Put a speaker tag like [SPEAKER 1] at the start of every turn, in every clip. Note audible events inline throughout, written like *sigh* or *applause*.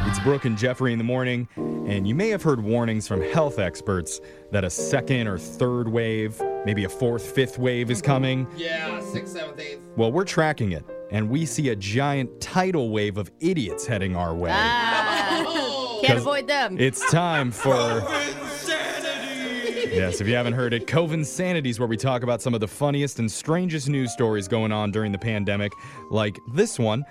[SPEAKER 1] It's Brooke and Jeffrey in the morning, and you may have heard warnings from health experts that a second or third wave, maybe a fourth, fifth wave is coming.
[SPEAKER 2] Yeah, sixth, seventh, eighth.
[SPEAKER 1] Well, we're tracking it, and we see a giant tidal wave of idiots heading our way.
[SPEAKER 2] Oh,
[SPEAKER 1] Because
[SPEAKER 3] Can't avoid them.
[SPEAKER 1] It's time for. Yes, if you haven't heard it, Cove Insanity is where we talk about some of the funniest and strangest news stories going on during the pandemic, like this one.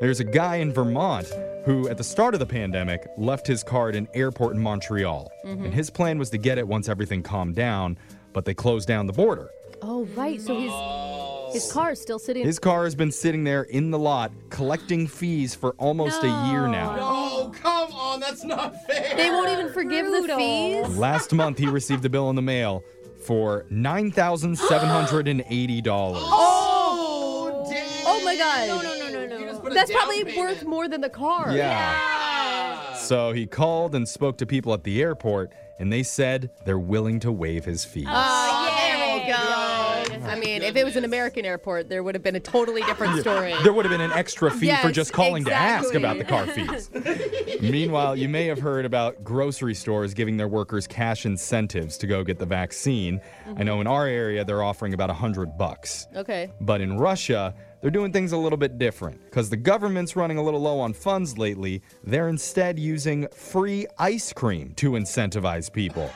[SPEAKER 1] There's a guy in Vermont who, at the start of the pandemic, left his car at an airport in Montreal. And his plan was to get it once everything calmed down, but they closed down the border.
[SPEAKER 3] oh right, so his his car is still sitting.
[SPEAKER 1] His car has been sitting there in the lot collecting fees for almost a year now.
[SPEAKER 2] oh, come on, that's not fair.
[SPEAKER 3] they won't even forgive the fees.
[SPEAKER 1] Last month, he received a bill in the mail for $9,780.
[SPEAKER 2] Oh, dang.
[SPEAKER 3] Oh my god.
[SPEAKER 2] no, no, no. Put a
[SPEAKER 3] That's
[SPEAKER 2] down
[SPEAKER 3] probably
[SPEAKER 2] payment.
[SPEAKER 3] worth more than the car.
[SPEAKER 1] yeah. So he called and spoke to people at the airport, and they said they're willing to waive his fees.
[SPEAKER 3] Oh, there we go.
[SPEAKER 2] Oh,
[SPEAKER 3] I mean, if it was an American airport, there would have been a totally different story.
[SPEAKER 1] There would have been an extra fee for
[SPEAKER 3] Yes,
[SPEAKER 1] just calling to ask
[SPEAKER 3] exactly.
[SPEAKER 1] about the car fees.
[SPEAKER 3] *laughs*
[SPEAKER 1] Meanwhile, you may have heard about grocery stores giving their workers cash incentives to go get the vaccine.
[SPEAKER 3] Mm-hmm.
[SPEAKER 1] I know in our area they're offering about 100 bucks.
[SPEAKER 3] Okay.
[SPEAKER 1] But in Russia, they're doing things a little bit different because the government's running a little low on funds lately. They're instead using free ice cream to incentivize
[SPEAKER 3] *laughs*
[SPEAKER 1] people.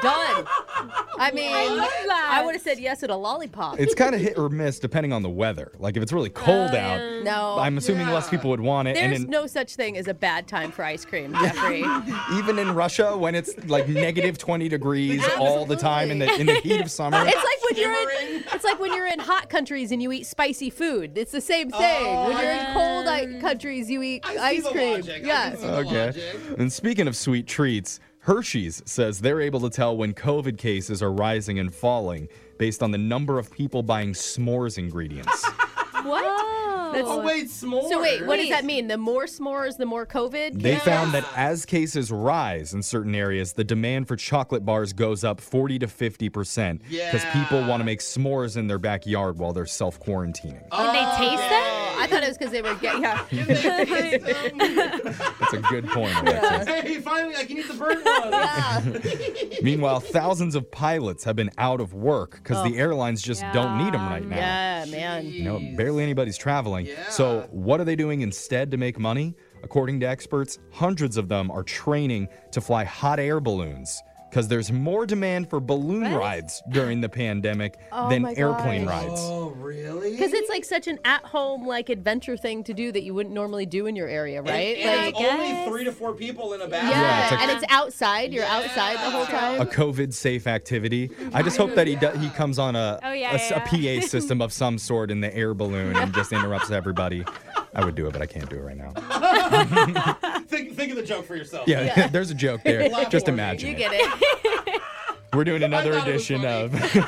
[SPEAKER 3] Done. I mean, I,
[SPEAKER 4] love that.
[SPEAKER 3] would have said yes at a lollipop.
[SPEAKER 1] It's kind of hit or miss depending on the weather. Like if it's really cold out,
[SPEAKER 3] Oh, no.
[SPEAKER 1] I'm assuming less people would want it.
[SPEAKER 3] there's
[SPEAKER 1] and in,
[SPEAKER 3] no such thing as a bad time for ice cream, *laughs* Jeffrey.
[SPEAKER 1] even in Russia, when it's like negative 20 degrees all the time in the in the
[SPEAKER 3] *laughs*
[SPEAKER 1] heat of summer,
[SPEAKER 3] It's like when you're in it's like when you're in hot countries and you eat spicy food. It's the same thing. when you're in cold like, countries, you eat
[SPEAKER 2] Oh, I see
[SPEAKER 3] ice
[SPEAKER 2] the
[SPEAKER 3] cream.
[SPEAKER 2] logic. I
[SPEAKER 3] Yeah.
[SPEAKER 2] can see the
[SPEAKER 1] Okay.
[SPEAKER 2] logic.
[SPEAKER 1] And speaking of sweet treats, Hershey's says they're able to tell when COVID cases are rising and falling based on the number of people buying s'mores ingredients.
[SPEAKER 3] What? That's-
[SPEAKER 2] Oh, wait, s'more.
[SPEAKER 3] so wait, what does
[SPEAKER 4] Wait.
[SPEAKER 3] that mean? The more s'mores, the more COVID?
[SPEAKER 1] they found that as cases rise in certain areas, the demand for chocolate bars goes up 40 to 50% because
[SPEAKER 2] Yeah.
[SPEAKER 1] people want to make s'mores in their backyard while they're self quarantining.
[SPEAKER 4] Can they taste them?
[SPEAKER 3] I thought it was because they were get,
[SPEAKER 2] *laughs*
[SPEAKER 3] yeah. *laughs*
[SPEAKER 1] That's a good point. Alexis.
[SPEAKER 2] hey, finally, I can eat the burnt
[SPEAKER 1] *laughs*
[SPEAKER 2] one.
[SPEAKER 1] Meanwhile, thousands of pilots have been out of work because the airlines just don't need them right now.
[SPEAKER 3] Yeah, man.
[SPEAKER 1] You know, barely anybody's traveling.
[SPEAKER 2] Yeah.
[SPEAKER 1] So, what are they doing instead to make money? According to experts, hundreds of them are training to fly hot air balloons because there's more demand for balloon rides during the pandemic than
[SPEAKER 3] my
[SPEAKER 1] airplane
[SPEAKER 3] gosh.
[SPEAKER 1] rides.
[SPEAKER 2] Oh, really?
[SPEAKER 3] Because it's like such an at home like adventure thing to do that you wouldn't normally do in your area, right?
[SPEAKER 2] And
[SPEAKER 3] like
[SPEAKER 2] it's only three to four people in a bathroom.
[SPEAKER 1] Yeah,
[SPEAKER 3] yeah,
[SPEAKER 1] it's like-
[SPEAKER 3] and it's outside. You're outside the whole
[SPEAKER 1] A
[SPEAKER 3] time.
[SPEAKER 1] COVID safe activity. I just hope that he do, he comes on a,
[SPEAKER 4] Oh, yeah,
[SPEAKER 1] a s- a
[SPEAKER 4] yeah,
[SPEAKER 1] PA system of some sort in the air balloon and just interrupts everybody. I would do it, but I can't do it right now.
[SPEAKER 2] Think, think of the joke for yourself.
[SPEAKER 1] Yeah,
[SPEAKER 2] *laughs*
[SPEAKER 1] *laughs* there's a joke there. just imagine.
[SPEAKER 3] You
[SPEAKER 1] it.
[SPEAKER 3] get it.
[SPEAKER 1] We're doing another
[SPEAKER 2] thought it was
[SPEAKER 1] edition of
[SPEAKER 2] funny.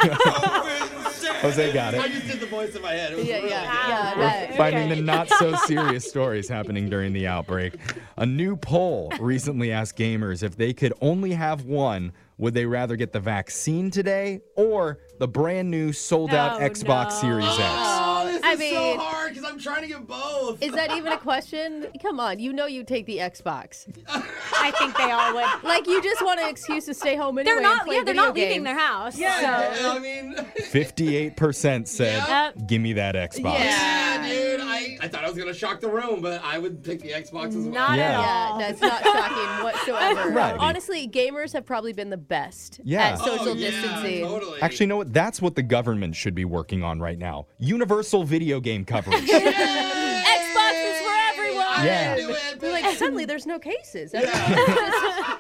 [SPEAKER 1] Jose got it.
[SPEAKER 2] Oh, I just did the voice in my head. It was
[SPEAKER 3] Yeah,
[SPEAKER 2] really
[SPEAKER 3] yeah, yeah.
[SPEAKER 1] We're
[SPEAKER 3] that-
[SPEAKER 1] finding the not so serious stories happening during the outbreak. A new poll recently asked gamers if they could only have one, would they rather get the vaccine today or the brand new sold out
[SPEAKER 4] Oh,
[SPEAKER 1] Xbox
[SPEAKER 4] no.
[SPEAKER 1] Series X?
[SPEAKER 2] *gasps* Oh, this
[SPEAKER 3] I
[SPEAKER 2] is
[SPEAKER 3] mean-
[SPEAKER 2] so hard because I'm trying to get both.
[SPEAKER 3] Is that even a question? Come on, you know you take the Xbox.
[SPEAKER 4] I think they all
[SPEAKER 3] *laughs*
[SPEAKER 4] would.
[SPEAKER 3] Like you just want an excuse to stay home anyway.
[SPEAKER 4] *laughs* They're
[SPEAKER 3] And
[SPEAKER 4] not.
[SPEAKER 3] play
[SPEAKER 4] Yeah, they're
[SPEAKER 3] video
[SPEAKER 4] not leaving
[SPEAKER 3] games.
[SPEAKER 4] their house.
[SPEAKER 2] yeah,
[SPEAKER 4] So.
[SPEAKER 2] I mean, *laughs*
[SPEAKER 1] 58% said,
[SPEAKER 4] Yep.
[SPEAKER 1] give me that Xbox.
[SPEAKER 3] Yeah.
[SPEAKER 2] yeah, dude. I, I thought I was gonna shock the room, but I would pick the Xbox as well.
[SPEAKER 4] Not
[SPEAKER 1] Yeah.
[SPEAKER 4] at
[SPEAKER 3] Yeah,
[SPEAKER 4] all.
[SPEAKER 3] that's
[SPEAKER 4] *laughs*
[SPEAKER 3] not shocking whatsoever.
[SPEAKER 1] Right.
[SPEAKER 3] Honestly, gamers have probably been the best
[SPEAKER 1] Yeah.
[SPEAKER 3] at
[SPEAKER 1] Oh,
[SPEAKER 3] social
[SPEAKER 2] oh, yeah,
[SPEAKER 3] distancing.
[SPEAKER 2] Totally.
[SPEAKER 1] Actually, you know what? That's what the government should be working on right now. Universal video game coverage.
[SPEAKER 3] Xbox is for everyone.
[SPEAKER 1] Yeah.
[SPEAKER 2] I knew it.
[SPEAKER 3] They're like suddenly there's no
[SPEAKER 2] *laughs*
[SPEAKER 3] cases. at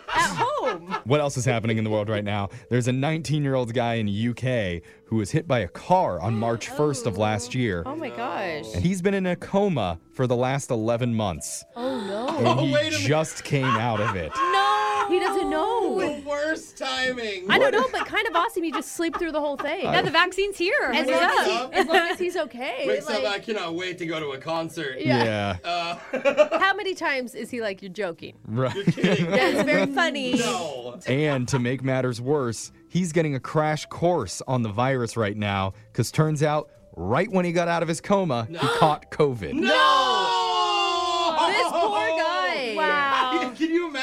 [SPEAKER 3] home.
[SPEAKER 1] what else is happening in the world right now? There's a 19 year old guy in UK who was hit by a car on March 1st of last year.
[SPEAKER 3] Oh my gosh.
[SPEAKER 1] And he's been in a coma for the last 11 months.
[SPEAKER 3] Oh no.
[SPEAKER 1] And he
[SPEAKER 2] wait a minute.
[SPEAKER 1] just came out of it.
[SPEAKER 4] No.
[SPEAKER 3] He doesn't know.
[SPEAKER 2] the worst timing.
[SPEAKER 1] *laughs*
[SPEAKER 3] I don't know, but kind of awesome. He just sleep through the whole thing.
[SPEAKER 4] Now the vaccine's here.
[SPEAKER 3] as,
[SPEAKER 4] What's
[SPEAKER 3] long as,
[SPEAKER 4] up?
[SPEAKER 3] he, as long
[SPEAKER 2] *laughs*
[SPEAKER 3] as he's okay.
[SPEAKER 2] Wakes up. I
[SPEAKER 3] like-
[SPEAKER 2] cannot wait to go to a concert.
[SPEAKER 3] *laughs* Yeah. Oh,
[SPEAKER 1] Yeah.
[SPEAKER 3] How many times is he like, you're joking?
[SPEAKER 1] Right.
[SPEAKER 3] That's
[SPEAKER 4] *laughs*
[SPEAKER 2] *laughs*
[SPEAKER 3] very funny.
[SPEAKER 2] No.
[SPEAKER 1] And to make matters worse, he's getting a crash course on the virus right now because turns out, right when he got out of his coma, he caught COVID.
[SPEAKER 2] No. *laughs*
[SPEAKER 3] This poor guy.
[SPEAKER 4] Wow.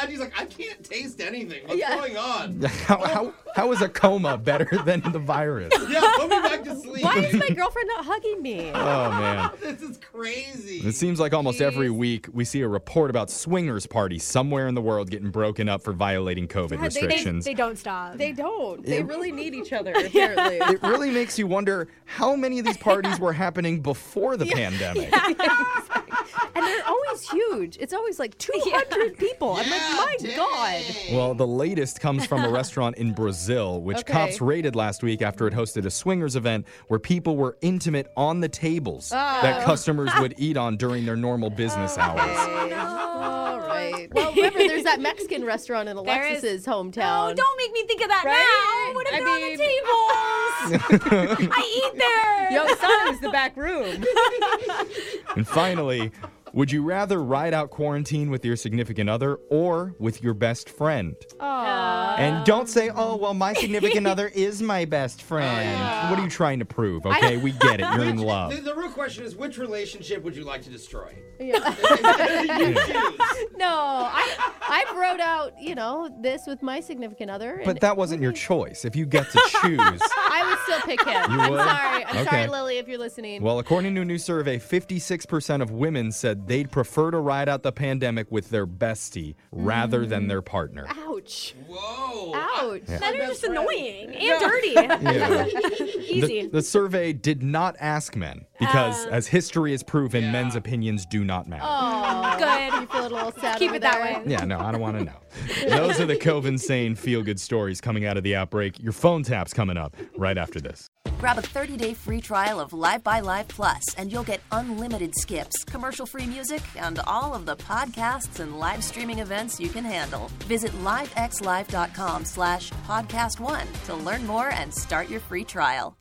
[SPEAKER 2] He's like, I can't taste anything. What's
[SPEAKER 3] Yeah.
[SPEAKER 2] going on?
[SPEAKER 1] *laughs* How, how, how is a coma better *laughs* than the virus?
[SPEAKER 2] yeah, put me
[SPEAKER 3] *laughs*
[SPEAKER 2] back to sleep.
[SPEAKER 3] Why is my girlfriend not hugging me?
[SPEAKER 1] Oh, man.
[SPEAKER 2] *laughs* this is crazy.
[SPEAKER 1] It seems like almost every
[SPEAKER 4] Jeez.
[SPEAKER 1] week we see a report about swingers parties somewhere in the world getting broken up for violating COVID
[SPEAKER 3] God, they- they-
[SPEAKER 4] They,
[SPEAKER 1] restrictions.
[SPEAKER 4] they don't stop.
[SPEAKER 3] They don't. They really
[SPEAKER 1] *laughs*
[SPEAKER 3] need each other, apparently.
[SPEAKER 1] it really makes you wonder how many of these parties were happening before the pandemic.
[SPEAKER 3] and they're always huge. It's always
[SPEAKER 1] *laughs*
[SPEAKER 3] like 200 people. I'm like,
[SPEAKER 2] Yeah,
[SPEAKER 3] my
[SPEAKER 2] dang.
[SPEAKER 3] God.
[SPEAKER 1] Well, the latest comes from a restaurant in Brazil, which
[SPEAKER 3] Okay.
[SPEAKER 1] cops raided last week after it hosted a swingers event where people were intimate on the tables that customers would eat on during their normal business hours.
[SPEAKER 3] All right. Well, remember, there's *laughs* that Mexican restaurant in
[SPEAKER 4] There is-
[SPEAKER 3] Alexis's hometown.
[SPEAKER 4] Oh, don't make me think of that
[SPEAKER 3] Right?
[SPEAKER 4] now. What if
[SPEAKER 3] I
[SPEAKER 4] they're
[SPEAKER 3] mean-
[SPEAKER 4] on the tables?
[SPEAKER 3] *laughs*
[SPEAKER 4] I eat there.
[SPEAKER 3] Yo, Sana's the back *laughs* room.
[SPEAKER 1] And finally, would you rather ride out quarantine with your significant other or with your best friend?
[SPEAKER 3] Aw.
[SPEAKER 1] And don't say, oh, well, my significant other is my best friend. What are you trying to prove? Okay, we get it. You're in love.
[SPEAKER 2] The, the real question is, which relationship would you like to destroy?
[SPEAKER 3] Yeah.
[SPEAKER 2] *laughs* you choose.
[SPEAKER 3] No, I I wrote out, you know, this with my significant other.
[SPEAKER 1] But
[SPEAKER 3] and
[SPEAKER 1] that wasn't your choice. If you get to choose,
[SPEAKER 3] I would still pick him.
[SPEAKER 1] *laughs* You
[SPEAKER 3] I'm
[SPEAKER 1] would?
[SPEAKER 3] sorry. I'm
[SPEAKER 1] Okay.
[SPEAKER 3] sorry, Lily, if you're listening.
[SPEAKER 1] well, according to a new survey, 56% of women said they'd prefer to ride out the pandemic with their bestie rather than their partner.
[SPEAKER 3] Ouch.
[SPEAKER 2] Whoa.
[SPEAKER 3] Ouch.
[SPEAKER 4] Men are just annoying and dirty.
[SPEAKER 1] Yeah.
[SPEAKER 3] *laughs*
[SPEAKER 4] Easy.
[SPEAKER 1] The, the survey did not ask men because, as history has proven,
[SPEAKER 2] Yeah.
[SPEAKER 1] men's opinions do not matter.
[SPEAKER 3] Oh,
[SPEAKER 4] Good.
[SPEAKER 3] You feel a little sad.
[SPEAKER 4] Keep
[SPEAKER 3] over
[SPEAKER 4] it that
[SPEAKER 3] there.
[SPEAKER 4] way.
[SPEAKER 1] Yeah, no, I don't want to know. Those are the Cove Insane feel good stories coming out of the outbreak. Your phone tap's coming up right after this.
[SPEAKER 5] Grab a 30-day free trial of Live by Live Plus, and you'll get unlimited skips, commercial-free music, and all of the podcasts and live streaming events you can handle. Visit livexlive.com slash podcast one to learn more and start your free trial.